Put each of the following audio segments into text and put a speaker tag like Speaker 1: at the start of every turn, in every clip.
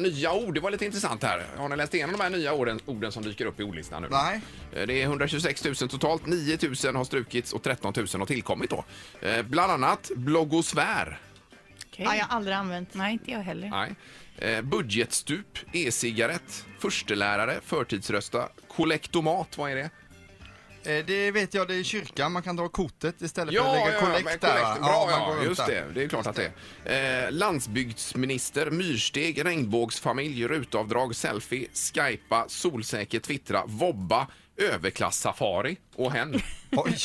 Speaker 1: nya ord. Det var lite intressant här. Har ni läst igenom de här nya orden, orden som dyker upp i ordlistan nu?
Speaker 2: Nej.
Speaker 1: Eh, Det är 126 000 totalt. 9 000 har strukits och 13 000 har tillkommit då. Eh, Bland annat bloggosfär.
Speaker 3: Okej.
Speaker 4: Ja, jag har aldrig använt.
Speaker 3: Nej, inte jag heller.
Speaker 1: Nej. Eh, Budgetstup, e-cigarett, förstelärare, förtidsrösta, kollektomat, vad är det?
Speaker 2: Eh, Det vet jag, det är i kyrkan. Man kan dra kortet istället för
Speaker 1: Ja,
Speaker 2: att
Speaker 1: ja,
Speaker 2: lägga
Speaker 1: ja, men
Speaker 2: kollekt där. va?
Speaker 1: kollekt. Bra,
Speaker 2: man går
Speaker 1: ja,
Speaker 2: runt
Speaker 1: just
Speaker 2: där.
Speaker 1: det. Det är klart att det är. Eh, landsbygdsminister, myrsteg, regnbågsfamilj, rutavdrag, selfie, skypa, solsäker, twittra, vobba, överklass-safari och hen.
Speaker 2: Oj.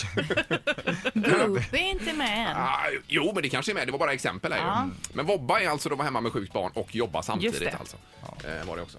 Speaker 3: Group är inte med än.
Speaker 1: Ah, jo, men det kanske är med. Det var bara exempel här
Speaker 3: Ja.
Speaker 1: ju. Men vobba är alltså att vara hemma med sjukt barn och jobba samtidigt
Speaker 3: Just det.
Speaker 1: alltså. Eh, var det också.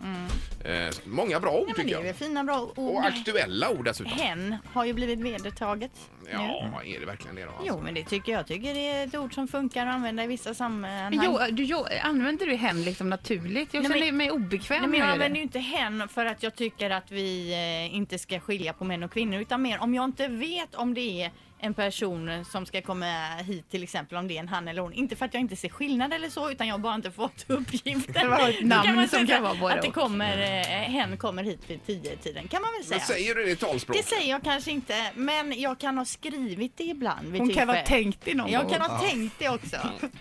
Speaker 1: Eh, många bra ord
Speaker 4: Ja, men
Speaker 1: tycker
Speaker 4: det är väl
Speaker 1: jag.
Speaker 4: fina bra ord.
Speaker 1: Och aktuella ord dessutom.
Speaker 4: Hen har ju blivit vedertaget. nu.
Speaker 1: Ja, är det verkligen det då? Alltså?
Speaker 4: Jo, men det tycker jag. tycker det är ett ord som funkar att använda i vissa sammanhang.
Speaker 3: Men jo, du, jo, använder du hen liksom naturligt? Jag
Speaker 4: Nej,
Speaker 3: känner
Speaker 4: men-
Speaker 3: mig obekväm
Speaker 4: Nej, men jag
Speaker 3: med
Speaker 4: använder
Speaker 3: det.
Speaker 4: ju inte hen för att jag tycker att vi eh, inte ska skilja på män och kvinnor utan mer om jag inte vet om det är en person som ska komma hit till exempel om det är en han eller hon. Inte för att jag inte ser skillnad eller så utan jag har bara inte fått uppgiften.
Speaker 3: har ett
Speaker 4: Då
Speaker 3: namn
Speaker 4: man
Speaker 3: som
Speaker 4: säga
Speaker 3: kan vara både
Speaker 4: Att det
Speaker 3: och.
Speaker 4: kommer, eh, hen kommer hit vid tio tiden kan man väl
Speaker 1: Men
Speaker 4: säga.
Speaker 1: säger du det i talspråk?
Speaker 4: det säger jag kanske inte men jag kan ha skrivit det ibland vid
Speaker 3: Hon kan
Speaker 4: tillfälle.
Speaker 3: ha tänkt i någon
Speaker 4: Jag kan
Speaker 3: gång.
Speaker 4: ha tänkt det också.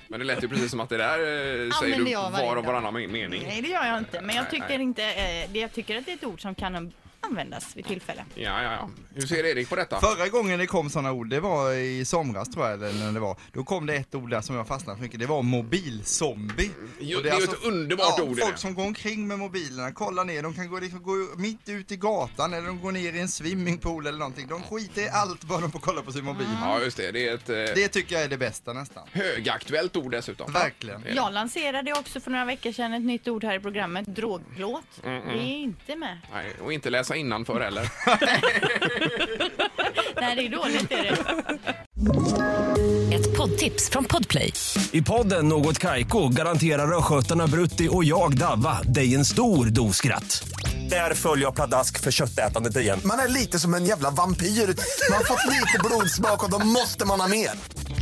Speaker 1: Men det lät ju precis som att det där eh, säger
Speaker 4: Använder
Speaker 1: du
Speaker 4: jag varje
Speaker 1: var och
Speaker 4: dag.
Speaker 1: varannan me- mening.
Speaker 4: Nej det gör jag inte men jag
Speaker 1: Nej,
Speaker 4: tycker
Speaker 1: nej.
Speaker 4: inte eh, det. Jag tycker att det är ett ord som kan användas vid tillfälle.
Speaker 1: Ja, ja, ja. Hur ser Erik på detta?
Speaker 2: Förra gången det kom sådana ord, det var i somras tror jag, eller när det var. Då kom det ett ord där som jag fastnade för mycket, det var mobilzombie.
Speaker 1: Jo,
Speaker 2: Och alltså-
Speaker 1: det är ju ett underbart
Speaker 2: ja,
Speaker 1: ord, det är.
Speaker 2: Folk som går omkring med mobilerna, kollar ner, de kan gå, liksom, gå mitt ut i gatan eller de går ner i en swimmingpool eller någonting. De skiter i allt bara de får kolla på sin mobil.
Speaker 1: Ja, just det. Det är ett eh,
Speaker 2: Det tycker jag är det bästa nästan.
Speaker 1: högaktuellt ord dessutom.
Speaker 2: Verkligen.
Speaker 1: Ja.
Speaker 4: Jag lanserade också för några veckor sedan ett nytt ord här i programmet, drogplåt.
Speaker 1: Mm,
Speaker 4: Det är inte med.
Speaker 1: Nej, och inte läsa innan för heller.
Speaker 4: Nej, det är dåligt. Är det.
Speaker 5: Ett poddtips från Podplay.
Speaker 6: I podden Något Kaiko garanterar östgötarna Brutti och jag, Davva, dig en stor dos skratt. Där följer jag pladask för köttätandet igen.
Speaker 7: Man är lite som en jävla vampyr. Man har fått lite blodsmak och då måste man ha mer.